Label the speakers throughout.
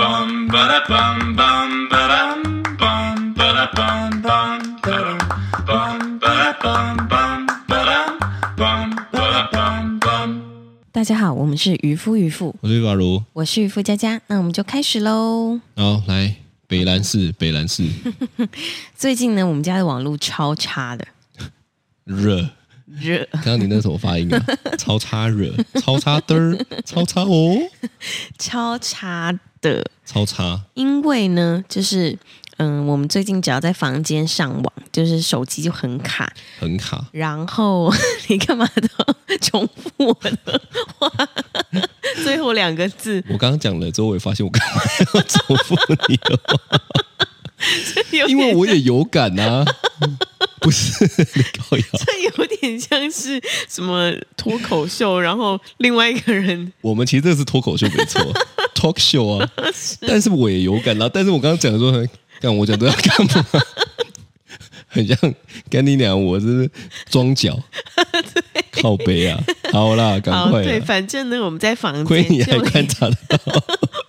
Speaker 1: bum ba da bum bum ba dum bum ba da bum bum ba dum bum ba da bum bum ba dum bum ba da bum bum.
Speaker 2: 大家好，我们是渔夫渔妇，
Speaker 3: 我是法如，
Speaker 2: 我是渔夫佳佳，那我们就开始喽。
Speaker 3: 然后来北兰市，北兰市
Speaker 2: 最近呢，我们家的网络超差的，
Speaker 3: 热，
Speaker 2: 热
Speaker 3: 刚刚你那什么发音啊？超差热，超差嘚儿，超差哦，
Speaker 2: 超差的。
Speaker 3: 超差，
Speaker 2: 因为呢，就是嗯，我们最近只要在房间上网，就是手机就很卡。
Speaker 3: 很卡，
Speaker 2: 然后 你干嘛都重复我的话？最后两个字
Speaker 3: 我刚刚讲了之后，我也发现我干嘛要重复你的话，
Speaker 2: 有点，
Speaker 3: 因为我也有感啊，不是你搞呀，
Speaker 2: 这有点像是什么脱口秀，然后另外一个人
Speaker 3: 我们其实这是脱口秀没 错，talk show 啊，但是我也有感啦、但是我刚刚讲的时候，干我讲这要 干嘛？很像跟你俩，我是 装脚，靠背啊！好啦，赶
Speaker 2: 好
Speaker 3: 快
Speaker 2: 哦对，
Speaker 3: 啦，
Speaker 2: 反正呢，我们在房
Speaker 3: 亏
Speaker 2: 间
Speaker 3: 你还
Speaker 2: 就
Speaker 3: 观察得到，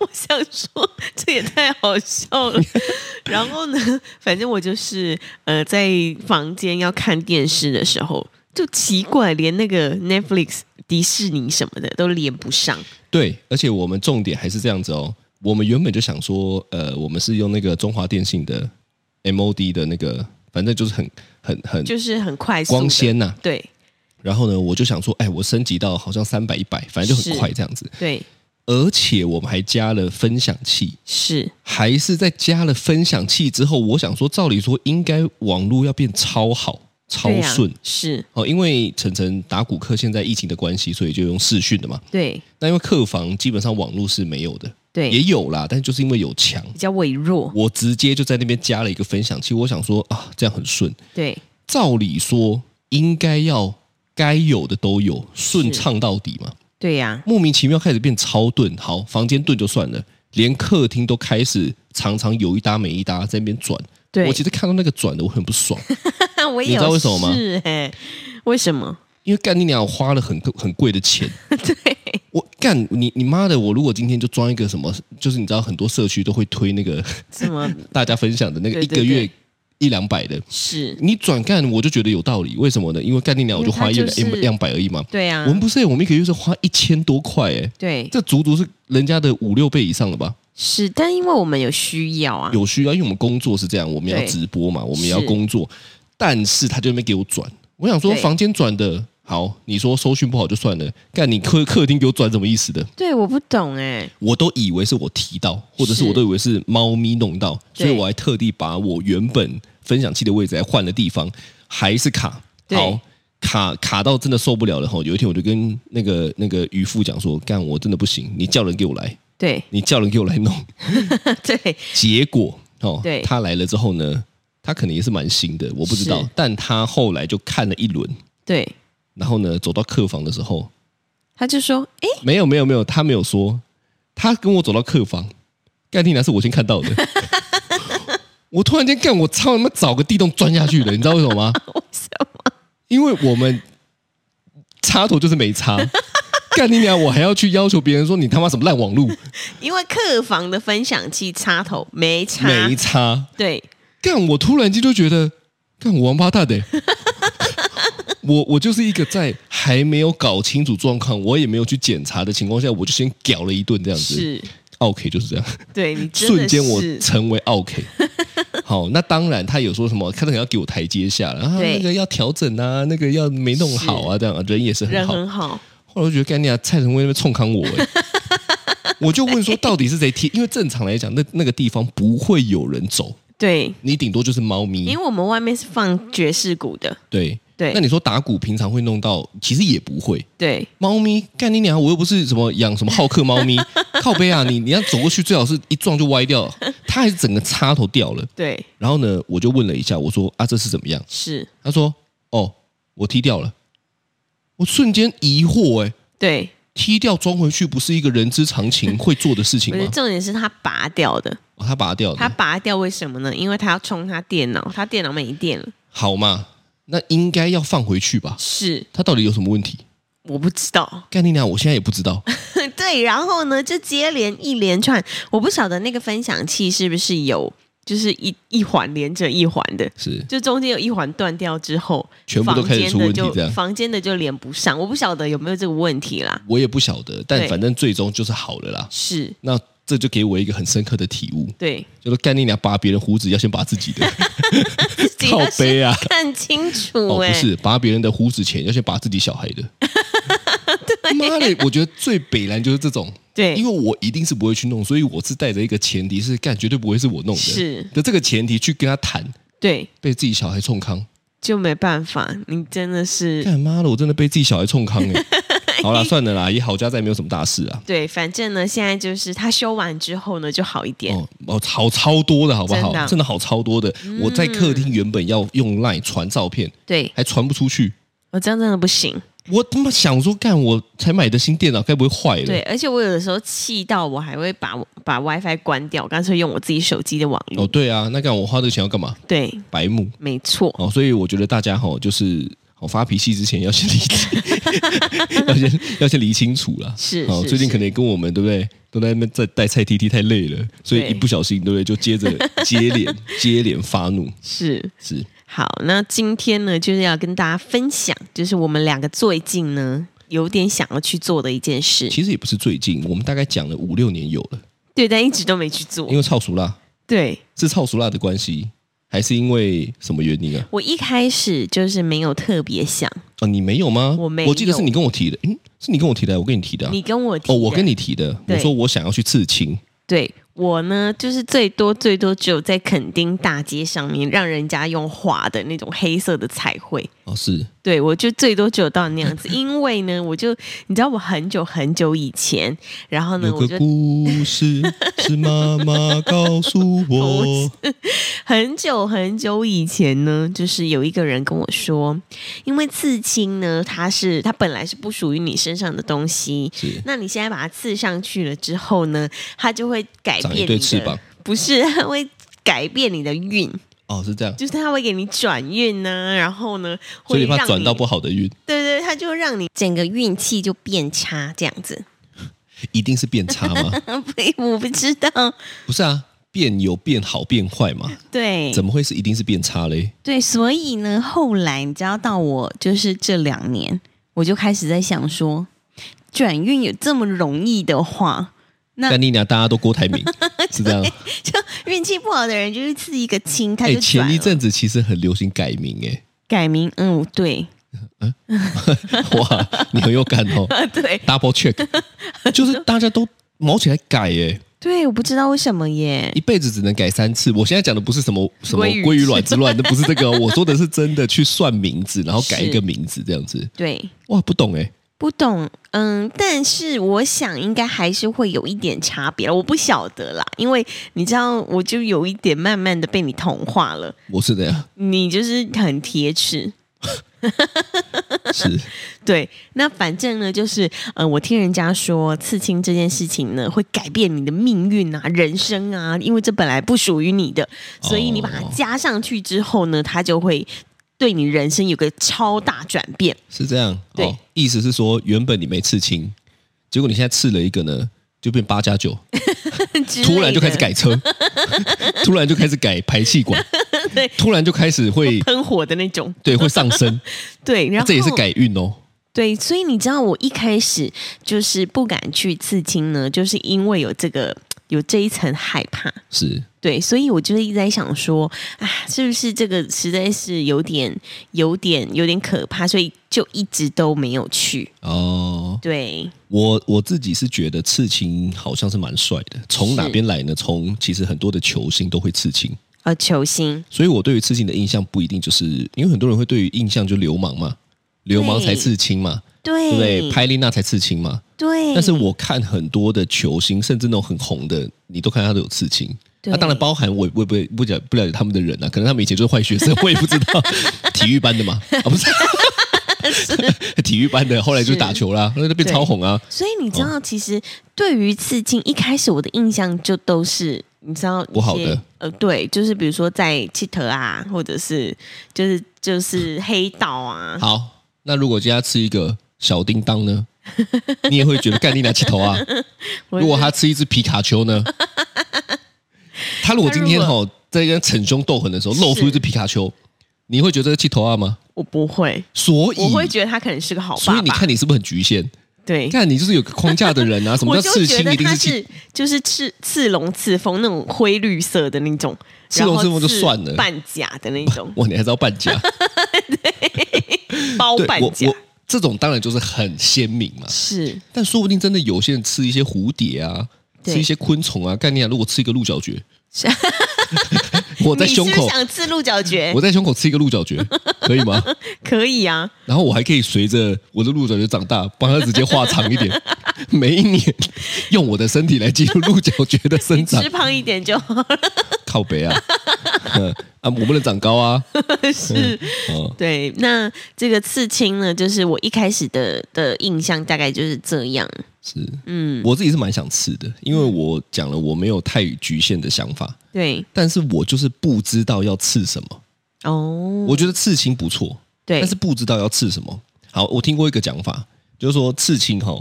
Speaker 2: 我想说，这也太好笑 了。然后呢，反正我就是呃，在房间要看电视的时候，就奇怪，连那个 Netflix、迪士尼什么的都连不上。
Speaker 3: 对，而且我们重点还是这样子哦。我们原本就想说，呃，我们是用那个中华电信的 MOD 的那个，反正就是很很很
Speaker 2: 就是很快速的
Speaker 3: 光纤呐、
Speaker 2: 对
Speaker 3: 然后呢，我就想说，哎，我升级到好像三百一百，反正就很
Speaker 2: 是
Speaker 3: 快这样子。
Speaker 2: 对
Speaker 3: 而且我们还加了分享器，
Speaker 2: 是，
Speaker 3: 还是在加了分享器之后，我想说，照理说应该网络要变超好、超
Speaker 2: 对啊
Speaker 3: 顺、
Speaker 2: 是
Speaker 3: 哦，因为晨晨打骨科现在疫情的关系，所以就用视讯的嘛。
Speaker 2: 对
Speaker 3: 那因为客房基本上网络是没有的，
Speaker 2: 对，
Speaker 3: 也有啦，但就是因为有墙，
Speaker 2: 比较微弱，
Speaker 3: 我直接就在那边加了一个分享器。我想说啊，这样很顺。
Speaker 2: 对
Speaker 3: 照理说应该要该有的都有，顺畅到底嘛。
Speaker 2: 对呀、
Speaker 3: 莫名其妙开始变超顿，好，房间顿就算了，连客厅都开始常常有一搭没一搭在那边转。
Speaker 2: 对，
Speaker 3: 我其实看到那个转的我很不爽，
Speaker 2: 我也
Speaker 3: 你知道
Speaker 2: 有
Speaker 3: 为什么吗
Speaker 2: 事欸为什么？
Speaker 3: 因为干你娘我花了很很贵 的钱。对，我干你你妈的！我如果今天就装一个什么，就是你知道很多社区都会推那个
Speaker 2: 什么
Speaker 3: 大家分享的那个
Speaker 2: 对
Speaker 3: 一
Speaker 2: 对
Speaker 3: 个月
Speaker 2: 对
Speaker 3: 一两百的，
Speaker 2: 是？
Speaker 3: 你转干我就觉得有道理。为什么呢？因为干你娘我就花一
Speaker 2: 因为它
Speaker 3: 两
Speaker 2: 就是嗯
Speaker 3: 一两百而已嘛。
Speaker 2: 对呀、
Speaker 3: 我们不是、我们一个月是花一千多块哎、
Speaker 2: 对
Speaker 3: 这足足是人家的五六倍以上了吧？
Speaker 2: 是，但因为我们有需要啊，
Speaker 3: 有需要，因为我们工作是这样，我们要
Speaker 2: 对
Speaker 3: 直播嘛，我们也要
Speaker 2: 是
Speaker 3: 工作，但是他就没给我转。我想说，
Speaker 2: 对
Speaker 3: 房间转的好，你说收讯不好就算了，干你客客厅给我转什么意思的？
Speaker 2: 对，我不懂哎、
Speaker 3: 我都以为是我提到，或者
Speaker 2: 是
Speaker 3: 是我都以为是猫咪弄到，
Speaker 2: 对
Speaker 3: 所以我还特地把我原本分享器的位置还换了地方，还是卡。
Speaker 2: 对
Speaker 3: 好，卡卡到真的受不了了后，有一天我就跟那个那个渔夫讲说，干我真的不行，你叫人给我来，
Speaker 2: 对
Speaker 3: 你叫人给我来弄。
Speaker 2: 对
Speaker 3: 结果哦
Speaker 2: 对，
Speaker 3: 他来了之后呢，他可能也是蛮新的，我不知道
Speaker 2: 是。
Speaker 3: 但他后来就看了一轮，
Speaker 2: 对，
Speaker 3: 然后呢，走到客房的时候，
Speaker 2: 他就说，哎、
Speaker 3: 没有没有没有，他没有说，他跟我走到客房，盖蒂娜是我先看 到的。我突然间干，我操他妈找个地洞钻下去了，你知道为什么吗？
Speaker 2: 为什么？
Speaker 3: 因为我们插头就是没插。干你娘！我还要去要求别人说你他妈什么烂网路，
Speaker 2: 因为客房的分享器插头没插，
Speaker 3: 没插。
Speaker 2: 对
Speaker 3: 干，我突然间就觉得，干我王八蛋的、欸 我我就是一个在还没有搞清楚状况，我也没有去检查的情况下，我就先屌了一顿这样子。
Speaker 2: 是，
Speaker 3: OK 就是这样，
Speaker 2: 对你真
Speaker 3: 瞬
Speaker 2: 的
Speaker 3: 间我
Speaker 2: 是
Speaker 3: 成为 OK。好，那当然他有说什么，他可能要给我台阶下了，啊，
Speaker 2: 对
Speaker 3: 那个要调整啊，那个要没弄好啊，这样啊人也是很
Speaker 2: 人
Speaker 3: 好。
Speaker 2: 很好，
Speaker 3: 后来我就觉得干你啊，蔡成威那边冲康我、 欸，我就问说到底是谁贴？因为正常来讲，那那个地方不会有人走，
Speaker 2: 对，
Speaker 3: 你顶多就是猫咪。
Speaker 2: 因为我们外面是放爵士鼓的，
Speaker 3: 对
Speaker 2: 对
Speaker 3: 那你说打鼓平常会弄到，其实也不会。
Speaker 2: 对
Speaker 3: 猫咪干你娘！我又不是什么养什么好 客猫咪，靠背啊！你你要走过去，最好是一撞就歪掉。它还是整个插头掉了。
Speaker 2: 对
Speaker 3: 然后呢，我就问了一下，我说啊，这是怎么样？
Speaker 2: 是，
Speaker 3: 他说哦，我踢掉了。我瞬间疑惑、欸，哎，
Speaker 2: 对，
Speaker 3: 踢掉装回去不是一个人之常情会做的事情
Speaker 2: 我觉得
Speaker 3: 吗？
Speaker 2: 重点是他拔掉的，
Speaker 3: 哦、他拔掉
Speaker 2: 他
Speaker 3: 了，
Speaker 2: 拔掉为什么呢？因为他要充他电脑，他电脑没电了，
Speaker 3: 好嘛，那应该要放回去吧？
Speaker 2: 是
Speaker 3: 他到底有什么问题？
Speaker 2: 我不知道，
Speaker 3: 干你娘！我现在也不知道。
Speaker 2: 对 对，然后呢，就接连一连串，我不晓得那个分享器是不是有，就是一一环连着一环的，
Speaker 3: 是
Speaker 2: 就中间有一环断掉之后，
Speaker 3: 全部都开始出问题
Speaker 2: 房
Speaker 3: 这
Speaker 2: 间的就
Speaker 3: 样。
Speaker 2: 房间的就连不上，我不晓得有没有这个问题啦。
Speaker 3: 我也不晓得，但
Speaker 2: 对
Speaker 3: 反正最终就是好了啦。
Speaker 2: 是，
Speaker 3: 那这就给我一个很深刻的体悟，
Speaker 2: 对，
Speaker 3: 就是干你娘拔别人胡子要先拔自己的，
Speaker 2: 自己要
Speaker 3: 靠背啊
Speaker 2: 先看清楚
Speaker 3: 哦，
Speaker 2: 哎、
Speaker 3: 不是拔别人的胡子前要先拔自己小孩 的。妈嘞！我觉得最北蓝就是这种，
Speaker 2: 对，
Speaker 3: 因为我一定是不会去弄，所以我是带着一个前提是干绝对不会是我弄的，
Speaker 2: 是
Speaker 3: 的这个前提去跟他谈，
Speaker 2: 对，
Speaker 3: 被自己小孩冲康，
Speaker 2: 就没办法，你真的是
Speaker 3: 干妈的我真的被自己小孩冲康 哎、好啦，算了啦，也好家在没有什么大事啊。
Speaker 2: 对，反正呢，现在就是他修完之后呢，就好一点。
Speaker 3: 哦哦，好超多的好不好？
Speaker 2: 真的啊嗯
Speaker 3: 好超多的。我在客厅原本要用 line 传照片，
Speaker 2: 对
Speaker 3: 还传不出去。
Speaker 2: 我这样真的不行。
Speaker 3: 我他妈想说，干我才买的新电脑，该不会坏了？
Speaker 2: 对，，而且我有的时候气到我还会把把 WiFi 关掉，干脆用我自己手机的网络。
Speaker 3: 哦对啊，那干我花这个钱要干嘛？
Speaker 2: 对，
Speaker 3: 白目
Speaker 2: 没错，
Speaker 3: 哦。所以我觉得大家哈、哦，就是哦发脾气之前要先 理清，要先要先理清楚啦。
Speaker 2: 是
Speaker 3: 哦，
Speaker 2: 是
Speaker 3: 最近可
Speaker 2: 是
Speaker 3: 能也跟我们对不对，都在那边在带菜 T T 太累了，所以
Speaker 2: 对
Speaker 3: 一不小心对不对，就 接着接连接连发怒，
Speaker 2: 是
Speaker 3: 是
Speaker 2: 好。那今天呢，就是要跟大家分享，就是我们两个最近呢有点想要去做的一件事，
Speaker 3: 其实也不是最近，我们大概讲了五六年有了。
Speaker 2: 对，但一直都没去做
Speaker 3: 因。为超熟辣
Speaker 2: 对
Speaker 3: 是超熟辣的关系，还是因为什么原因啊？
Speaker 2: 我一开始就是没有特别想，
Speaker 3: 哦，你没有吗？
Speaker 2: 我没有
Speaker 3: 我记得是你跟我提的，嗯，是你跟我提的，我跟你提的啊、
Speaker 2: 你跟我提
Speaker 3: 哦，我
Speaker 2: 的
Speaker 3: 跟你提的，
Speaker 2: 对
Speaker 3: 我说我想要去刺青，
Speaker 2: 对我呢，就是最多最多只有在垦丁大街上面，让人家用画的那种黑色的彩绘。
Speaker 3: 哦，是
Speaker 2: 对，我就最多只有到那样子，因为呢，我就你知道，我很久很久以前，然后呢，
Speaker 3: 有
Speaker 2: 我
Speaker 3: 个
Speaker 2: 就
Speaker 3: 故事是妈妈告诉 哦我，
Speaker 2: 很久很久以前呢，就是有一个人跟我说，因为刺青呢，它是它本来是不属于你身上的东西，
Speaker 3: 是
Speaker 2: 那你现在把它刺上去了之后呢，它就会改
Speaker 3: 长
Speaker 2: 变
Speaker 3: 一
Speaker 2: 你
Speaker 3: 对
Speaker 2: 的，
Speaker 3: 翅膀，
Speaker 2: 不是，它会改变你的运。
Speaker 3: 哦，是这样，
Speaker 2: 就是他会给你转运呢，然后呢，
Speaker 3: 所
Speaker 2: 会
Speaker 3: 以
Speaker 2: 让
Speaker 3: 怕
Speaker 2: 你
Speaker 3: 转到不好的运，
Speaker 2: 对对，他就让你整个运气就变差这样子。
Speaker 3: 一定是变差吗？
Speaker 2: 不，我不知道，
Speaker 3: 不是啊，变有变好变坏嘛，
Speaker 2: 对
Speaker 3: 怎么会是一定是变差嘞？
Speaker 2: 对，所以呢，后来你知道到我就是这两年，我就开始在想说，转运有这么容易的话， 那
Speaker 3: 但你俩大家都郭台 铭，是这样。
Speaker 2: 就运气不好的人就是刺一个青，他
Speaker 3: 哎、
Speaker 2: 就转
Speaker 3: 前
Speaker 2: 了、
Speaker 3: 一阵子其实很流行改名、哎。
Speaker 2: 改名，嗯， 对
Speaker 3: 哇，你很有感哦
Speaker 2: 对
Speaker 3: ，double check，就是大家都毛起来改耶，
Speaker 2: 对，我不知道为什么耶
Speaker 3: 一，辈子只能改三次。我现在讲的不是什么什么
Speaker 2: 鲑鱼
Speaker 3: 鲑鱼卵之乱，那不是这个哦、我说的是真的去算名字，然后改一
Speaker 2: 是
Speaker 3: 个名字这样子。
Speaker 2: 对。
Speaker 3: 哇，不懂哎，
Speaker 2: 不懂，嗯，但是我想应该还是会有一点差别，我不晓得啦，因为你知道，我就有一点慢慢的被你同化了，
Speaker 3: 我是这 样，
Speaker 2: 你就是很铁齿。
Speaker 3: 是
Speaker 2: 对，那反正呢，就是呃，我听人家说刺青这件事情呢，会改变你的命运啊、人生啊，因为这本来不属于你的，所以你把它
Speaker 3: 哦
Speaker 2: 加上去之后呢，它就会对你人生有个超大转变。
Speaker 3: 是这样。
Speaker 2: 对
Speaker 3: 哦，意思是说原本你没刺青，结果你现在刺了一个呢，就变八加九，
Speaker 2: 之类
Speaker 3: 突然就开始
Speaker 2: 的
Speaker 3: 改车，突然就开始改排气管
Speaker 2: 对，
Speaker 3: 突然就开始会
Speaker 2: 喷火的那种，
Speaker 3: 对会上升，
Speaker 2: 对， 然后
Speaker 3: 这也是改运哦。
Speaker 2: 对，所以你知道我一开始就是不敢去刺青呢，就是因为有这个有这一层害怕。
Speaker 3: 是
Speaker 2: 对，所以我就是一直在想说，啊，是不是这个实在是有点、有点、有点可怕，所以就一直都没有去。
Speaker 3: 哦，
Speaker 2: 对，
Speaker 3: 我我自己是觉得刺青好像是蛮帅的，从哪边来呢？从其实很多的球星都会刺青，
Speaker 2: 呃，球星，
Speaker 3: 所以我对于刺青的印象不一定就是因为很多人会对于印象就流氓嘛，流氓才刺青嘛，
Speaker 2: 对嗯
Speaker 3: 对不对？拍丽娜才刺青嘛。
Speaker 2: 对，
Speaker 3: 但是我看很多的球星，甚至那种很红的，你都看他都有刺青。啊
Speaker 2: 对
Speaker 3: 那、当然包含我，我也不不了不了解他们的人啊，可能他们以前就是坏学生，我也不知 道。体育班的嘛，啊不是，体育班的，后来就是打球啦，那就变
Speaker 2: 对
Speaker 3: 超红啊。
Speaker 2: 所以你知道，其实对于刺青，一开始我的印象就都是你知道一些
Speaker 3: 不好的，
Speaker 2: 呃，对，就是比如说在气头啊，或者是就是就是黑道啊，
Speaker 3: 好，那如果今天要吃一个小叮当呢？ 你也会觉得干你俩起头啊。
Speaker 2: 我
Speaker 3: 如果他吃一只皮卡 丘呢？他如果今天
Speaker 2: 他如
Speaker 3: 哈在跟逞凶斗狠的时候露出一只皮卡丘，你会觉得这个气头啊吗？
Speaker 2: 我不会，
Speaker 3: 所以
Speaker 2: 我会觉得他可能是个好爸
Speaker 3: 所
Speaker 2: 爸。
Speaker 3: 以你看你是不是很局限？
Speaker 2: 对，
Speaker 3: 看你就是有个框架 的人啊，什
Speaker 2: 我
Speaker 3: 么叫
Speaker 2: 就
Speaker 3: 刺
Speaker 2: 觉
Speaker 3: 青
Speaker 2: 得
Speaker 3: 一定
Speaker 2: 他
Speaker 3: 气
Speaker 2: 是就是刺刺龙刺凤那种灰绿色的那种，
Speaker 3: 刺
Speaker 2: 然
Speaker 3: 龙
Speaker 2: 后
Speaker 3: 刺凤就
Speaker 2: 刺
Speaker 3: 算了
Speaker 2: 半甲的那 种
Speaker 3: 哇，你还是要半 价，
Speaker 2: 包
Speaker 3: 对
Speaker 2: 半
Speaker 3: 我
Speaker 2: 甲
Speaker 3: 我这种当然就是很鲜明嘛，
Speaker 2: 是
Speaker 3: 但说不定真的有些人吃一些蝴蝶啊，
Speaker 2: 对
Speaker 3: 吃一些昆虫啊，概念、啊、如果吃一个鹿 角蕨，我在
Speaker 2: 你是
Speaker 3: 胸
Speaker 2: 不是
Speaker 3: 口，
Speaker 2: 想刺鹿角蕨
Speaker 3: 我，在胸口吃一个鹿角蕨，可以吗？
Speaker 2: 可以啊，
Speaker 3: 然后我还可以随着我的鹿角蕨长大，帮它直接画长一 点，每一年用我的身体来记录鹿角蕨的生长
Speaker 2: 吃，胖一点就好
Speaker 3: 靠北 啊，嗯啊，我不能长高啊，
Speaker 2: 了。 是，
Speaker 3: 哦，
Speaker 2: 对。那这个刺青呢，就是我一开始的的印象大概就是这样。
Speaker 3: 是
Speaker 2: 嗯，
Speaker 3: 我自己是蛮想吃的，因为我讲了我没有太局限的想法，
Speaker 2: 对，
Speaker 3: 但是我就是不知道要刺什么，
Speaker 2: 哦，
Speaker 3: 我觉得刺青不错，
Speaker 2: 对，
Speaker 3: 但是不知道要刺什么。好，我听过一个讲法，就是说刺青哈、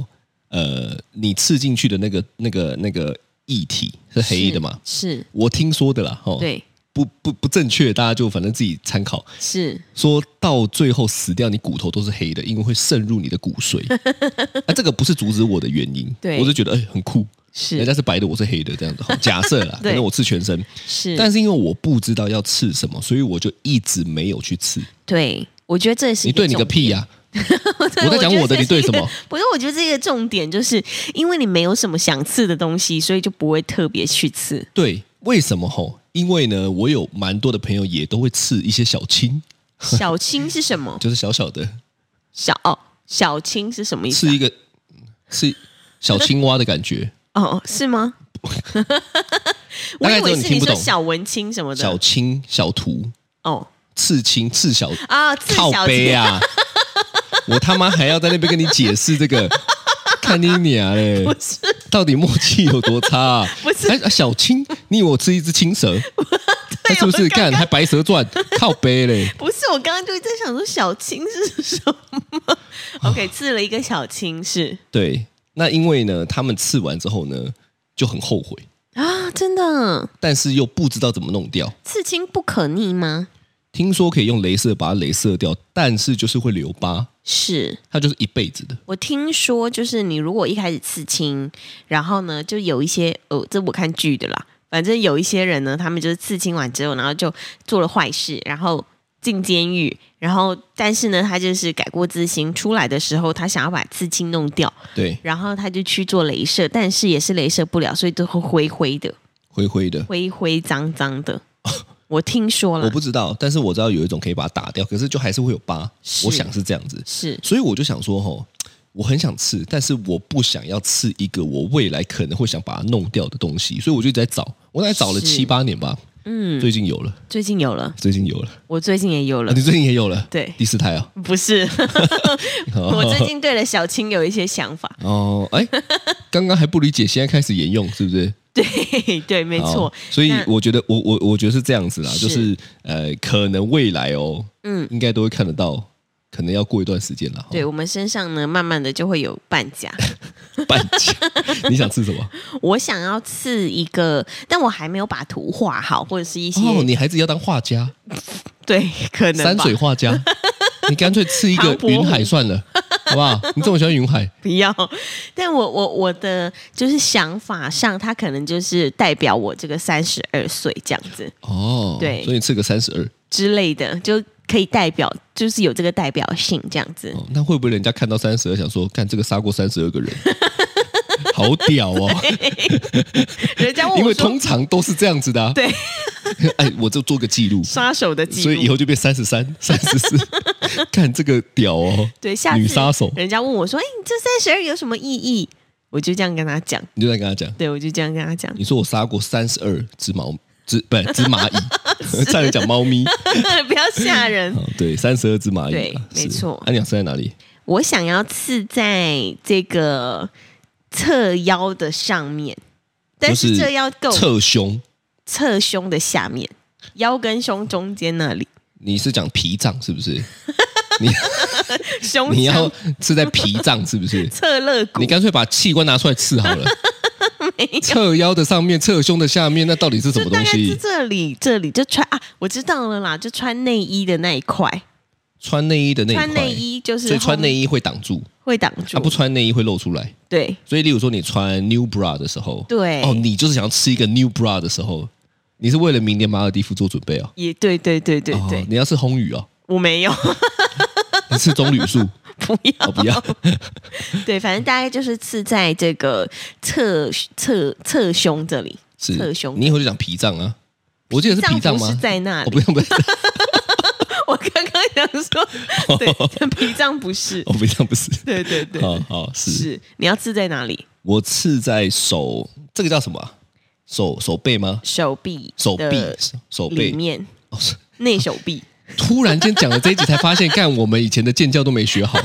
Speaker 3: 呃，你刺进去的那个那个那个液体是黑的嘛？
Speaker 2: 是，
Speaker 3: 我听说的啦，哈、哦，
Speaker 2: 对，
Speaker 3: 不不不正确，大家就反正自己参考。
Speaker 2: 是，
Speaker 3: 说到最后死掉，你骨头都是黑的，因为会渗入你的骨 髓。啊，这个不是阻止我的原因，
Speaker 2: 对
Speaker 3: 我就觉得哎、很酷，人家
Speaker 2: 是，
Speaker 3: 是白的，我是黑的这样子。好假设啦，
Speaker 2: 对
Speaker 3: 可能我刺全身，
Speaker 2: 是，
Speaker 3: 但是因为我不知道要刺什么，所以我就一直没有去刺。
Speaker 2: 对，我觉得这也是
Speaker 3: 你
Speaker 2: 一个
Speaker 3: 对你个
Speaker 2: 重
Speaker 3: 屁
Speaker 2: 点
Speaker 3: 呀、我在讲我的你对什么？
Speaker 2: 不是，我觉得这个重点就是因为你没有什么想刺的东西，所以就不会特别去 刺
Speaker 3: 对，为什么吼？因为呢，我有蛮多的朋友也都会刺一些小青，
Speaker 2: 小青是什么？
Speaker 3: 就是小小的，
Speaker 2: 小哦，小青是什么意思
Speaker 3: 刺
Speaker 2: 啊、
Speaker 3: 一个刺小青蛙的感觉。
Speaker 2: 哦，是 吗？我
Speaker 3: 大概
Speaker 2: 以
Speaker 3: 只有
Speaker 2: 为
Speaker 3: 你
Speaker 2: 是
Speaker 3: 听
Speaker 2: 你
Speaker 3: 不
Speaker 2: 说
Speaker 3: 懂
Speaker 2: 小文青什么的。
Speaker 3: 小青、小图、
Speaker 2: 哦
Speaker 3: 刺青、刺小
Speaker 2: 啊，刺
Speaker 3: 靠
Speaker 2: 小
Speaker 3: 背
Speaker 2: 青，
Speaker 3: 啊！我他妈还要在那边跟你解释 这个，看你娘嘞！
Speaker 2: 不是
Speaker 3: 到底默契有多差、啊？
Speaker 2: 不是
Speaker 3: 哎啊小青，你以为我吃一只 青蛇？他是不
Speaker 2: 我
Speaker 3: 是
Speaker 2: 刚
Speaker 3: 干还白 蛇传？靠背嘞！
Speaker 2: 不是，我刚刚就在想说小青是什
Speaker 3: 啊
Speaker 2: 么？OK，刺了一个小青是
Speaker 3: 对，那因为呢，他们刺完之后呢，就很后悔，
Speaker 2: 啊，真的
Speaker 3: 但是又不知道怎么弄掉。
Speaker 2: 刺青不可逆吗？
Speaker 3: 听说可以用镭射把它镭射掉，但是就是会留疤，
Speaker 2: 是，
Speaker 3: 它就是一辈子的。
Speaker 2: 我听说，就是你如果一开始刺青，然后呢，就有一些哦，这我看剧的啦。反正有一些人呢，他们就是刺青完之后，然后就做了坏事，然后进监狱，然后但是呢，他就是改过自新，出来的时候他想要把刺青弄掉，
Speaker 3: 对，
Speaker 2: 然后他就去做镭射，但是也是镭射不了，所以都会灰灰的，
Speaker 3: 灰灰的。
Speaker 2: 灰灰脏脏 的。我听说
Speaker 3: 我
Speaker 2: 了，
Speaker 3: 不知道，但是我知道有一种可以把它打掉，可是就还是会有疤。
Speaker 2: 是
Speaker 3: 我想是这样子，
Speaker 2: 是
Speaker 3: 所以我就想说，吼，我很想刺，但是我不想要刺一个我未来可能会想把它弄掉的东西，所以我就一直在找，我大概找了
Speaker 2: 是
Speaker 3: 七八年吧。嗯，最近有了，
Speaker 2: 最近有了，
Speaker 3: 最近有了，
Speaker 2: 我最近也有
Speaker 3: 啊、
Speaker 2: 了
Speaker 3: 你，最近也有了，
Speaker 2: 对
Speaker 3: 第四胎啊。
Speaker 2: 不 是，我
Speaker 3: 我
Speaker 2: 最近对了小青有一些想法。
Speaker 3: 哦，哎，刚刚还不理解，现在开始沿用，是不是？
Speaker 2: 对对，没
Speaker 3: 好
Speaker 2: 错，
Speaker 3: 所以
Speaker 2: 那
Speaker 3: 我觉得，我我我觉得是这样子啦，
Speaker 2: 是
Speaker 3: 就是呃，可能未来哦，
Speaker 2: 嗯
Speaker 3: 嗯，应该都会看得到，可能要过一段时间了。
Speaker 2: 对
Speaker 3: 哦，
Speaker 2: 我们身上呢，慢慢的就会有半价。
Speaker 3: 半价， 你想吃什么？
Speaker 2: 我想要刺一个，但我还没有把图画好，或者是一些、
Speaker 3: 哦，你孩子要当画家，
Speaker 2: 对，可能
Speaker 3: 山
Speaker 2: 吧
Speaker 3: 水，画家，你干脆吃一 个
Speaker 2: 唐伯虎
Speaker 3: 云海算了，好 不好？你这么喜欢云海，
Speaker 2: 不要。但我我我的就是想法上，它可能就是代表我这个三十二岁这样子
Speaker 3: 哦，
Speaker 2: 对
Speaker 3: 所以你吃个三十二，
Speaker 2: 之类的，就可以代表，就是有这个代表性这样子。
Speaker 3: 哦，那会不会人家看到三十二想说，干这个杀过三十二个人，好屌 哦？
Speaker 2: 人家问
Speaker 3: 因
Speaker 2: 我
Speaker 3: 为
Speaker 2: 说
Speaker 3: 通常都是这样子的、啊，
Speaker 2: 对，
Speaker 3: 哎，我就做个记录，
Speaker 2: 杀手的记
Speaker 3: 所以以
Speaker 2: 录。
Speaker 3: 后就变三 十三、三十四， 看这个屌哦，
Speaker 2: 对，下次
Speaker 3: 女杀手
Speaker 2: 人家问我说：“哎，你这三十二有什么意义？”我就这样跟他讲，
Speaker 3: 你就在跟他讲，
Speaker 2: 对我就这样跟他讲。
Speaker 3: 你说我杀过三十二只毛，只不只蚂 蚁，差点讲猫咪，
Speaker 2: 不要吓人。
Speaker 3: 哦，对，三十二只蚂蚁啊，
Speaker 2: 对没
Speaker 3: 是
Speaker 2: 错
Speaker 3: 那你想吃在哪里？
Speaker 2: 我想要刺在这个侧腰的上面，但
Speaker 3: 就是是
Speaker 2: 这要够
Speaker 3: 侧胸，
Speaker 2: 侧胸的下面，腰跟胸中间那里。
Speaker 3: 你是讲脾脏是不是？你
Speaker 2: 胸
Speaker 3: 你要
Speaker 2: 腔
Speaker 3: 刺在脾脏是不是？
Speaker 2: 侧肋 骨
Speaker 3: 你干脆把器官拿出来刺好 了。侧腰的上面，侧胸的下面，那到底是什
Speaker 2: 就
Speaker 3: 么
Speaker 2: 大
Speaker 3: 东
Speaker 2: 概 是
Speaker 3: 西？
Speaker 2: 这里，这里就穿啊，我知道了啦，就穿内衣的那一块，
Speaker 3: 穿内衣的那一块，
Speaker 2: 穿内衣就是
Speaker 3: 所以穿内
Speaker 2: 衣
Speaker 3: 衣会挡住，
Speaker 2: 会挡住，
Speaker 3: 它、不穿内衣会露出来。
Speaker 2: 对
Speaker 3: 所以，例如说你穿 new bra 的时候，
Speaker 2: 对
Speaker 3: 哦，你就是想要吃一个 new bra 的时候，你是为了明年马尔蒂夫做准备哦。
Speaker 2: 也对对对对对，
Speaker 3: 哦，你要吃红鱼哦，
Speaker 2: 我没有，
Speaker 3: 你吃棕榈树
Speaker 2: 不要，
Speaker 3: 哦，不 要。
Speaker 2: 对，反正大概就是刺在这个侧侧侧胸这里，
Speaker 3: 是
Speaker 2: 侧胸
Speaker 3: 你以后就讲脾脏啊，我记得是脾脏
Speaker 2: 不
Speaker 3: 吗
Speaker 2: 是？在那
Speaker 3: 哦，
Speaker 2: 里，
Speaker 3: 不用不用，
Speaker 2: 我刚刚想说，对，脾脏不是，
Speaker 3: 哦哦，脾脏不是。
Speaker 2: 对对对，
Speaker 3: 哦，好是
Speaker 2: 是你要刺在哪里？
Speaker 3: 我刺在手，这个叫什么啊？手手背吗？
Speaker 2: 手臂，
Speaker 3: 手臂手手
Speaker 2: 里
Speaker 3: 背。
Speaker 2: 面，
Speaker 3: 哦是
Speaker 2: 内手臂，
Speaker 3: 突然间讲了这一集，才发现， 干我们以前的健教都没学好，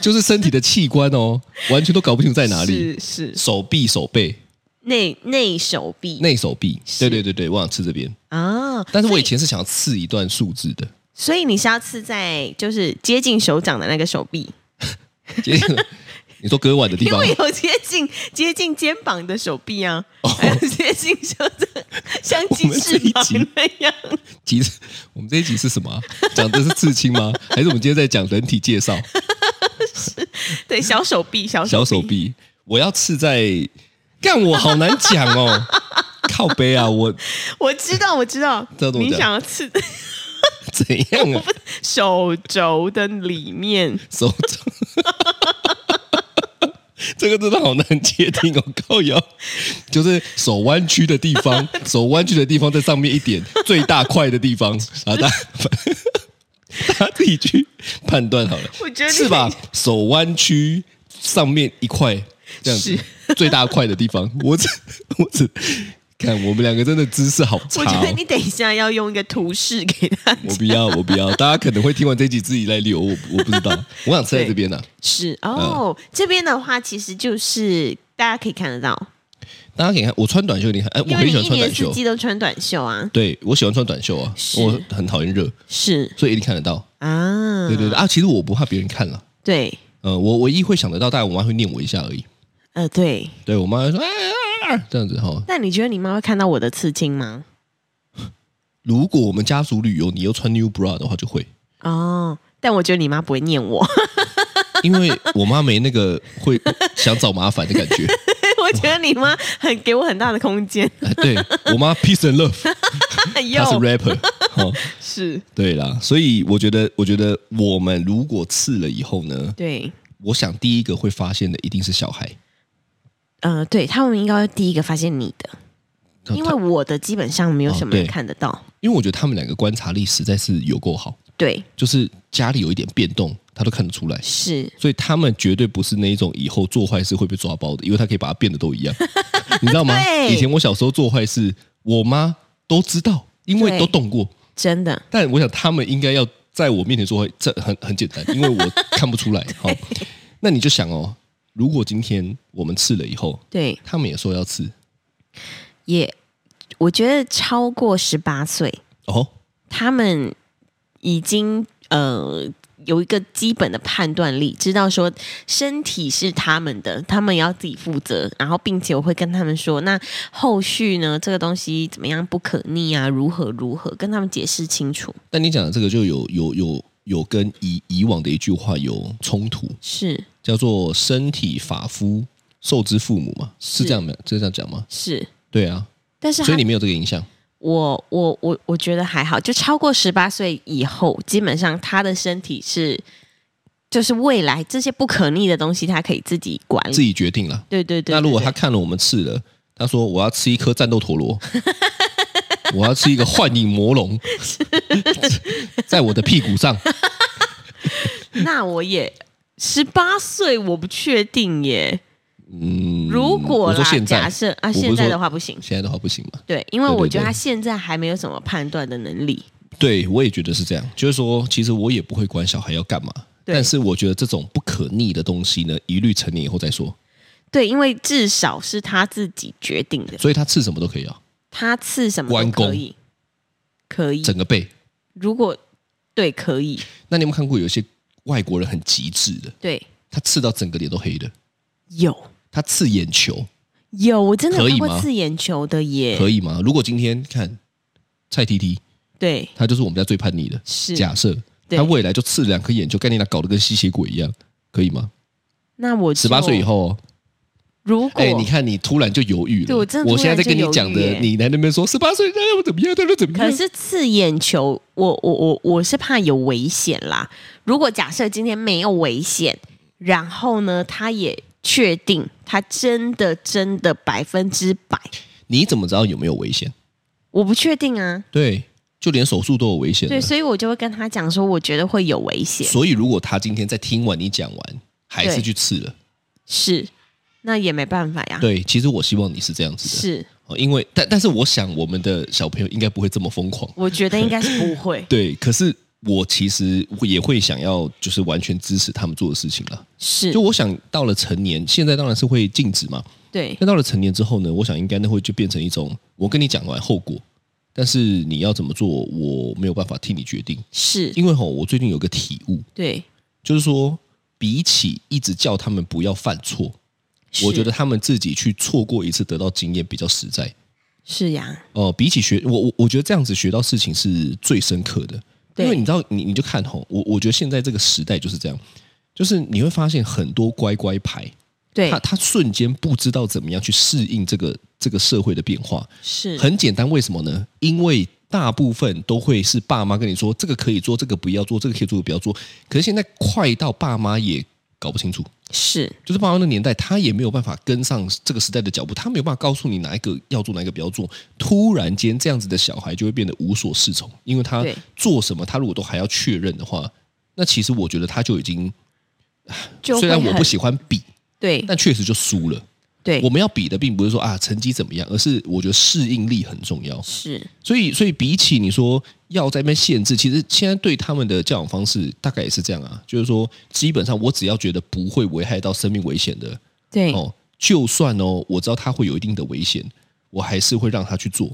Speaker 3: 就是身体的器官哦，完全都搞不清楚在 哪里。
Speaker 2: 是是
Speaker 3: 手臂、手背、
Speaker 2: 内内手臂
Speaker 3: 内手臂，
Speaker 2: 是
Speaker 3: 对对对对，我想刺这边。
Speaker 2: 啊，
Speaker 3: 但是我
Speaker 2: 所
Speaker 3: 以前是想要刺一段数字 的，
Speaker 2: 所以你是要刺在就是接近手掌的那个手臂，
Speaker 3: 结果你说割腕的地
Speaker 2: 因
Speaker 3: 方
Speaker 2: 为，有接近接近肩膀的手臂啊，
Speaker 3: 哦
Speaker 2: 还有 接近手掌，像鸡翅膀
Speaker 3: 我们
Speaker 2: 那样。
Speaker 3: 其实我们这一集是什么啊、讲的是刺青吗？还是我们今天在讲人体介绍？
Speaker 2: 对，小手臂，小手
Speaker 3: 小手臂，我要刺在，干我好难讲哦， 靠背啊，我
Speaker 2: 我知道，我知道
Speaker 3: 这要，怎么
Speaker 2: 你
Speaker 3: 讲
Speaker 2: 想要刺在
Speaker 3: 怎样啊？
Speaker 2: 手肘的里 面，
Speaker 3: 手肘， 这个真的好难界定哦，靠腰，就是手弯曲的地 方，手弯曲的地方在上面一点，最大块的地方啊，大大家自己去判断好了。
Speaker 2: 我觉得你
Speaker 3: 是吧？手弯曲上面一块这样子，最大块的地方，我只我只看我们两个真的姿势好差、
Speaker 2: 我觉得
Speaker 3: 哦。
Speaker 2: 你等一下要用一个图示给他
Speaker 3: 我不要，我不要，大家可能会听完这集自己来留，我我不知道，我想吃在这边啊呢、
Speaker 2: 是
Speaker 3: 嗯
Speaker 2: 哦。这边的话，其实就是大家可以看得到，
Speaker 3: 大家可以看，我穿短袖，你看，哎，我
Speaker 2: 因为
Speaker 3: 很
Speaker 2: 你
Speaker 3: 喜
Speaker 2: 一
Speaker 3: 欢穿
Speaker 2: 年
Speaker 3: 短
Speaker 2: 四
Speaker 3: 袖，
Speaker 2: 季都穿短袖啊，
Speaker 3: 对我喜欢穿短袖啊，
Speaker 2: 是
Speaker 3: 我很讨厌热，
Speaker 2: 是
Speaker 3: 所以一定看得到。
Speaker 2: 啊，
Speaker 3: 对对对啊，其实我不怕别人看了，
Speaker 2: 对，
Speaker 3: 呃，我唯一会想得到，但我妈会念我一下而已。
Speaker 2: 呃对。
Speaker 3: 对我妈会说，哎哎哎哎这样子哈、
Speaker 2: 但你觉得你妈会看到我的刺青吗？
Speaker 3: 如果我们家族旅游，你又穿 new bra 的话，就会。
Speaker 2: 哦，但我觉得你妈不会念我，
Speaker 3: 因为我妈没那个会 想找麻烦的感觉。
Speaker 2: 我觉得你妈很给我很大的空间。
Speaker 3: 哎对我妈 peace and love，她是
Speaker 2: 又
Speaker 3: rapper 哦，
Speaker 2: 是
Speaker 3: 对啦，所以我觉得，我觉得我们如果刺了以后呢，
Speaker 2: 对，
Speaker 3: 我想第一个会发现的一定是小孩，
Speaker 2: 呃，对他们应该会第一个发现你的，因为我的基本上没有什么人
Speaker 3: 哦哦对
Speaker 2: 看得到。
Speaker 3: 因为我觉得他们两个观察力实在是有够好，
Speaker 2: 对，
Speaker 3: 就是家里有一点变动，他都看得出来。
Speaker 2: 是
Speaker 3: 所以他们绝对不是那一种以后做坏事会被抓包的，因为他可以把它变得都一样， 你知道吗？
Speaker 2: 对
Speaker 3: 以前我小时候做坏事，我妈都知道，因为
Speaker 2: 对
Speaker 3: 都动过。
Speaker 2: 真的，
Speaker 3: 但我想他们应该要在我面前做，这很很简单，因为我看不出来。好、那你就想哦，如果今天我们刺了以后，
Speaker 2: 对，
Speaker 3: 他们也说要刺
Speaker 2: 也我觉得超过十八岁，
Speaker 3: 哦，
Speaker 2: 他们已经呃。有一个基本的判断力，知道说身体是他们的，他们要自己负责。然后，并且我会跟他们说，那后续呢，这个东西怎么样不可逆啊，如何如何，跟他们解释清楚。
Speaker 3: 但你讲的这个就有有有有跟以以往的一句话有冲突，
Speaker 2: 是
Speaker 3: 叫做“身体发肤，受之父母”嘛，是
Speaker 2: 是
Speaker 3: 这样吗？是这样讲吗？
Speaker 2: 是，
Speaker 3: 对啊，
Speaker 2: 但是他
Speaker 3: 所以你没有这个影响。
Speaker 2: 我我我我觉得还好，就超过十八岁以后，基本上他的身体是，就是未来这些不可逆的东西，他可以自己管理。
Speaker 3: 自己决定了。
Speaker 2: 对对嗯对
Speaker 3: 那如果
Speaker 2: 对
Speaker 3: 他看了我们刺了，他说我要吃一颗战斗 陀螺，我要吃一个幻影魔龙， 在我的屁股上，
Speaker 2: 对那我也十八岁，我不确定耶。
Speaker 3: 嗯，
Speaker 2: 如果
Speaker 3: 我
Speaker 2: 啦，
Speaker 3: 说现在
Speaker 2: 假设啊，
Speaker 3: 我不是
Speaker 2: 现在的
Speaker 3: 说
Speaker 2: 话不行。
Speaker 3: 现在的话不行嘛？
Speaker 2: 对，因为
Speaker 3: 对对
Speaker 2: 我觉得
Speaker 3: 对
Speaker 2: 他现在还没有什么判断的能力。
Speaker 3: 对，我也觉得是这样。就是说，其实我也不会管小孩要干嘛，
Speaker 2: 对
Speaker 3: 但是我觉得这种不可逆的东西呢，一律成年以后再说。
Speaker 2: 对，因为至少是他自己决定的，
Speaker 3: 所以他刺什么都可以啊，
Speaker 2: 他刺什么
Speaker 3: 关
Speaker 2: 都
Speaker 3: 公
Speaker 2: 可以，可以。
Speaker 3: 整个背。
Speaker 2: 如果对可以，
Speaker 3: 那你有没有看过有一些外国人很极致的，
Speaker 2: 对，
Speaker 3: 他刺到整个脸都黑的，
Speaker 2: 有
Speaker 3: 他刺眼球
Speaker 2: 有，我真的
Speaker 3: 可
Speaker 2: 有
Speaker 3: 以
Speaker 2: 看过
Speaker 3: 吗
Speaker 2: 刺眼球的耶，
Speaker 3: 可以吗？如果今天看蔡 T T，
Speaker 2: 对，
Speaker 3: 他就是我们家最叛逆的，
Speaker 2: 是
Speaker 3: 假设
Speaker 2: 对
Speaker 3: 他未来就刺两颗眼球，概念他搞得跟吸血鬼一样，可以吗？
Speaker 2: 那我
Speaker 3: 十八岁以
Speaker 2: 后，
Speaker 3: 后哦，
Speaker 2: 如果、
Speaker 3: 哎，你看你突然就犹豫了，
Speaker 2: 对我真的突然
Speaker 3: 现在在跟你讲
Speaker 2: 就犹豫
Speaker 3: 的
Speaker 2: 耶，
Speaker 3: 你来那边说十八岁那又怎么样，那又怎么
Speaker 2: 可
Speaker 3: 样？
Speaker 2: 是刺眼球，我我我我是怕有危险啦。如果假设今天没有危险，然后呢，他也确定他真的真的百分之百，
Speaker 3: 你怎么知道有没有危险？
Speaker 2: 我不确定啊。
Speaker 3: 对，就连手术都有危险的
Speaker 2: 对，。所以我就会跟他讲说，我觉得会有危险，
Speaker 3: 所以如果他今天在听完你讲完，还是
Speaker 2: 对
Speaker 3: 去刺了，
Speaker 2: 是，那也没办法呀。
Speaker 3: 对，其实我希望你是这样子的，
Speaker 2: 是，
Speaker 3: 哦，因为但但是我想我们的小朋友应该不会这么疯狂，。
Speaker 2: 我觉得应该是不会
Speaker 3: 对。可是我其实也会想要，就是完全支持他们做的事情了。
Speaker 2: 是
Speaker 3: 就，我想到了成年，现在当然是会禁止嘛。
Speaker 2: 对，
Speaker 3: 那到了成年之后呢，我想应该那会就变成一种，我跟你讲完后果，但是你要怎么做，我没有办法替你决定，
Speaker 2: 是，
Speaker 3: 因为吼，我最近有个体悟，
Speaker 2: 对，
Speaker 3: 就是说，比起一直叫他们不要犯错，
Speaker 2: 是
Speaker 3: 我觉得他们自己去错过一次得到经验比较实在。
Speaker 2: 是呀，
Speaker 3: 哦、比起学我我我觉得这样子学到事情是最深刻的，
Speaker 2: 对
Speaker 3: 因为你知道，你你就看吼，我我觉得现在这个时代就是这样，就是你会发现很多乖乖牌，
Speaker 2: 对
Speaker 3: 他，他瞬间不知道怎么样去适应这个这个社会的变化，
Speaker 2: 是，
Speaker 3: 很简单，为什么呢？因为大部分都会是爸妈跟你说这个可以做，这个不要做，这个可以做，这个不要做。可是现在快到爸妈也搞不清楚，
Speaker 2: 是，
Speaker 3: 就是爸妈那年代，他也没有办法跟上这个时代的脚步，他没有办法告诉你哪一个要做，哪一个不要做。突然间，这样子的小孩就会变得无所适从，因为他
Speaker 2: 对
Speaker 3: 做什么，他如果都还要确认的话，那其实我觉得他就已经，
Speaker 2: 就
Speaker 3: 虽然
Speaker 2: 会
Speaker 3: 我
Speaker 2: 很
Speaker 3: 不喜欢比，
Speaker 2: 对，
Speaker 3: 但确实就输了。
Speaker 2: 对
Speaker 3: 我，们要比的并不是说啊成绩怎么样，而是我觉得适应力很重要。
Speaker 2: 是，
Speaker 3: 所以，所以比起你说要在那边限制，其实现在对他们的教养方式大概也是这样啊，就是说，基本上我只要觉得不会危害到生命危险的
Speaker 2: 对，
Speaker 3: 哦，就算哦，我知道他会有一定的危险，我还是会让他去做，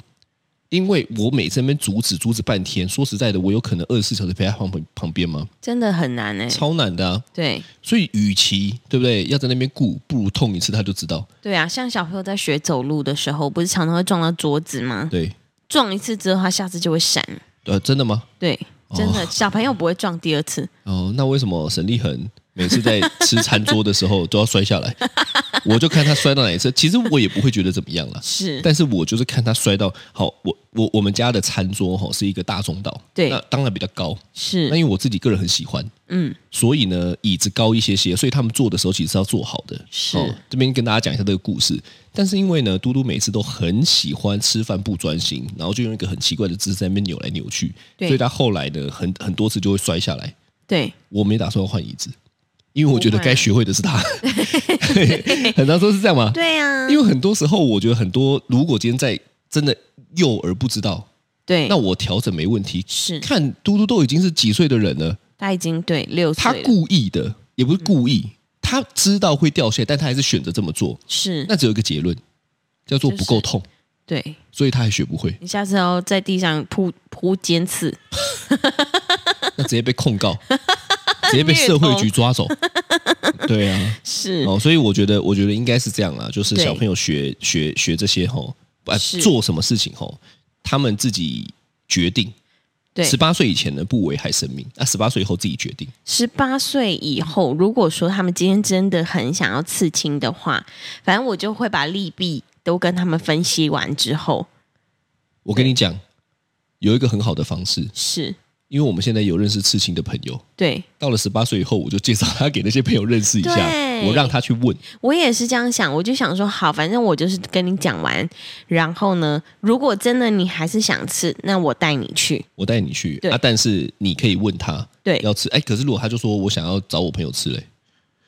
Speaker 3: 因为我每次那边阻止阻止半天，说实在的，我有可能二十四小时陪在旁旁边吗？
Speaker 2: 真的很难哎、
Speaker 3: 超难的啊！
Speaker 2: 对
Speaker 3: 所以，与其对不对要在那边顾，不如痛一次他就知道。
Speaker 2: 对啊，像小朋友在学走路的时候，不是常常会撞到桌子吗？
Speaker 3: 对，
Speaker 2: 撞一次之后，他下次就会闪。
Speaker 3: 呃，真的吗？
Speaker 2: 对，真的，小朋友不会撞第二次。
Speaker 3: 哦，那为什么沈立恒每次在吃餐桌的时 候都要摔下来？我就看他摔到哪一次，其实我也不会觉得怎么样啦。
Speaker 2: 是，
Speaker 3: 但是我就是看他摔到好，我我我们家的餐桌哈、是一个大中岛，
Speaker 2: 对
Speaker 3: 那当然比较高。那
Speaker 2: 是，
Speaker 3: 因为我自己个人很喜欢，
Speaker 2: 嗯，
Speaker 3: 所以呢椅子高一些些，所以他们坐的时候其实是要坐好的。哦
Speaker 2: 是
Speaker 3: 这边跟大家讲一下这个故事。但是因为呢，嘟嘟每次都很喜欢吃饭不专心，然后就用一个很奇怪的姿势在那边扭来扭去，
Speaker 2: 对
Speaker 3: 所以他后来呢很很多次就会摔下来。
Speaker 2: 对，
Speaker 3: 我没打算换椅子，因为我觉得
Speaker 2: 不会
Speaker 3: 该学会的 是他。很多时候是这样嘛？
Speaker 2: 对啊，
Speaker 3: 因为很多时候我觉得很多，如果今天在真的幼儿不知道，
Speaker 2: 对，
Speaker 3: 那我调整没问题。
Speaker 2: 是
Speaker 3: 看嘟嘟都已经是几岁的人了，
Speaker 2: 他已经对六
Speaker 3: 他
Speaker 2: 岁了，
Speaker 3: 故意的，也
Speaker 2: 嗯
Speaker 3: 不是故意，他知道会掉下来，但他还是选择这么做。
Speaker 2: 是，
Speaker 3: 那只有一个结论，叫做
Speaker 2: 嗯就
Speaker 3: 不
Speaker 2: 是
Speaker 3: 够痛，
Speaker 2: 对
Speaker 3: 所以他还学不 会，
Speaker 2: 你下次要在地上铺铺尖刺，
Speaker 3: 那直接被控 告，直接被社会局抓走。对啊，
Speaker 2: 是
Speaker 3: 哦，所以我觉得，我觉得应该是这样啦，就是
Speaker 2: 对
Speaker 3: 小朋友学学学这些吼，啊，
Speaker 2: 是
Speaker 3: 做什么事情吼，他们自己决定。
Speaker 2: 对
Speaker 3: 十八岁以前呢不危害生命，那啊十八岁以后自己决定。
Speaker 2: 十八岁以后，如果说他们今天真的很想要刺青的话，反正我就会把利弊都跟他们分析完之后，
Speaker 3: 我跟你讲，有一个很好的方式，
Speaker 2: 是
Speaker 3: 因为我们现在有认识刺青的朋友，
Speaker 2: 对
Speaker 3: 到了十八岁以后，我就介绍他给那些朋友认识一下，
Speaker 2: 对
Speaker 3: 我让他去问。
Speaker 2: 我也是这样想，我就想说，好，反正我就是跟你讲完，然后呢，如果真的你还是想吃，那我带你去。
Speaker 3: 我带你去
Speaker 2: 对
Speaker 3: 啊，但是你可以问他，
Speaker 2: 对
Speaker 3: 要吃哎。可是如果他就说我想要找我朋友吃嘞，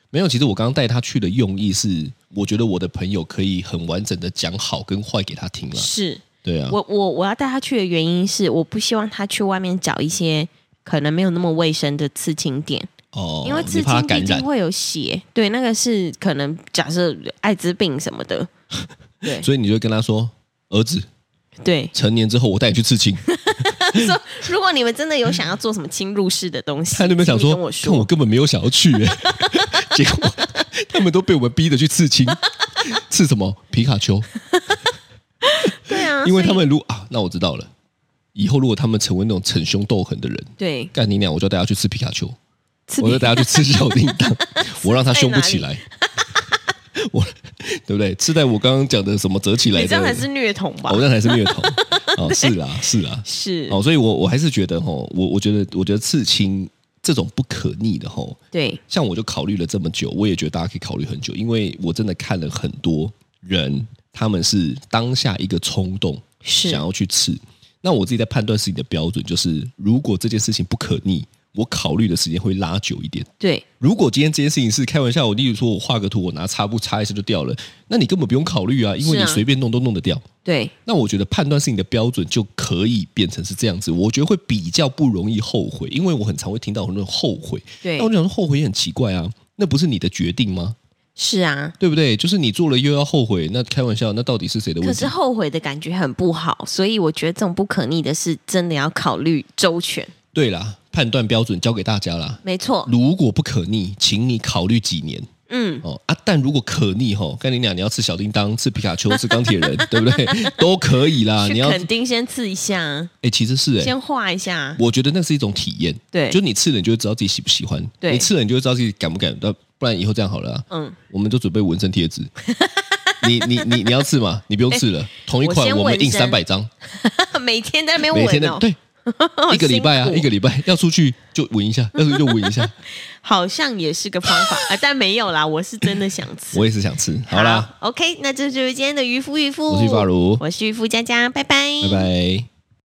Speaker 3: 没有。其实我刚刚带他去的用意是，我觉得我的朋友可以很完整的讲好跟坏给他听了。
Speaker 2: 是
Speaker 3: 对啊，
Speaker 2: 我我我要带他去的原因是，我不希望他去外面找一些可能没有那么卫生的刺青店，
Speaker 3: 哦，
Speaker 2: 因为
Speaker 3: 你
Speaker 2: 刺
Speaker 3: 怕
Speaker 2: 青
Speaker 3: 他
Speaker 2: 毕
Speaker 3: 感
Speaker 2: 竟
Speaker 3: 染，
Speaker 2: 会有血，对，那个是可能假设艾滋病什么 的，对
Speaker 3: 所以你就跟他说，儿子，
Speaker 2: 对，
Speaker 3: 成年之后我带你去刺青。
Speaker 2: 我说，如果你们真的有想要做什么侵入式的东西，
Speaker 3: 他那边想
Speaker 2: 请你
Speaker 3: 说，
Speaker 2: 跟我
Speaker 3: 看我
Speaker 2: 说，
Speaker 3: 根本没有想要去、欸， 结果他们都被我们逼着去刺青， 刺什么皮卡丘？
Speaker 2: 对啊，
Speaker 3: 因
Speaker 2: 所
Speaker 3: 为
Speaker 2: 以
Speaker 3: 他们如啊，那我知道了，以后如果他们成为那种逞凶斗狠的人，
Speaker 2: 对
Speaker 3: 干你娘，我就带他去吃皮卡丘，
Speaker 2: 刺
Speaker 3: 我就带他去吃小叮 当，我让他凶不起
Speaker 2: 在
Speaker 3: 来， 我对不对？吃在我刚刚讲的什么折起来
Speaker 2: 你
Speaker 3: 的，
Speaker 2: 这样才是虐童吧
Speaker 3: 哦，？那才是 虐童哦，是啦，是啦，
Speaker 2: 是，
Speaker 3: 哦，所以我我还是觉得吼，我我觉得我觉得刺青这种不可逆的吼，
Speaker 2: 对，
Speaker 3: 像我就考虑了这么久，我也觉得大家可以考虑很久，因为我真的看了很多人，他们是当下一个冲动
Speaker 2: 是
Speaker 3: 想要去刺。那我自己在判断事情的标准就是，如果这件事情不可逆，我考虑的时间会拉久一点。
Speaker 2: 对，
Speaker 3: 如果今天这件事情是开玩笑，我例如说我画个图，我拿擦布擦一下就掉了，那你根本不用考虑啊，因为
Speaker 2: 是
Speaker 3: 你
Speaker 2: 啊
Speaker 3: 随便弄都弄得掉。
Speaker 2: 对，
Speaker 3: 那我觉得判断事情的标准就可以变成是这样子，我觉得会比较不容易后悔，因为我很常会听到很多人后悔。
Speaker 2: 对
Speaker 3: 那我就想说后悔也很奇怪啊，那不是你的决定吗？
Speaker 2: 是啊。
Speaker 3: 对不对？就是你做了又要后悔，那开玩笑，那到底是谁的问
Speaker 2: 可
Speaker 3: 题
Speaker 2: 是？后悔的感觉很不好，所以我觉得这种不可逆的事真的要考虑周全。
Speaker 3: 对啦，判断标准交给大家啦。
Speaker 2: 没错，
Speaker 3: 如果不可逆，请你考虑几年
Speaker 2: 嗯，
Speaker 3: 哦啊！但如果可逆吼，跟你俩你要吃小叮当、吃皮卡丘、吃钢铁 人，对不对？都可以啦。你
Speaker 2: 去
Speaker 3: 要哎
Speaker 2: 肯、定先刺一下，
Speaker 3: 其实是哎、
Speaker 2: 先画一下，
Speaker 3: 我觉得那是一种体验。
Speaker 2: 对
Speaker 3: 就你吃了，你就会知道自己喜不喜欢。
Speaker 2: 对
Speaker 3: 你吃了，你就会知道自己敢不敢。那不然以后这样好了、啊，
Speaker 2: 嗯，
Speaker 3: 我们就准备纹身贴纸。你你你你要刺吗？你不用刺了，同一
Speaker 2: 我
Speaker 3: 款
Speaker 2: 先
Speaker 3: 我们印
Speaker 2: 纹身
Speaker 3: 三百张，
Speaker 2: 每天在那边
Speaker 3: 每天
Speaker 2: 闻
Speaker 3: 的、
Speaker 2: 哦，
Speaker 3: 对，一个礼拜啊，
Speaker 2: 辛苦
Speaker 3: 一个礼拜要出去就纹一下，要出去就纹一 下。
Speaker 2: 好像也是个方法啊，但没有啦，我是真的想吃。
Speaker 3: 我也是想吃，好啦，
Speaker 2: ，OK，那这就是今天的渔夫渔夫，
Speaker 3: 我是玉发如
Speaker 2: 我是渔夫佳佳，拜拜，
Speaker 3: 拜。拜。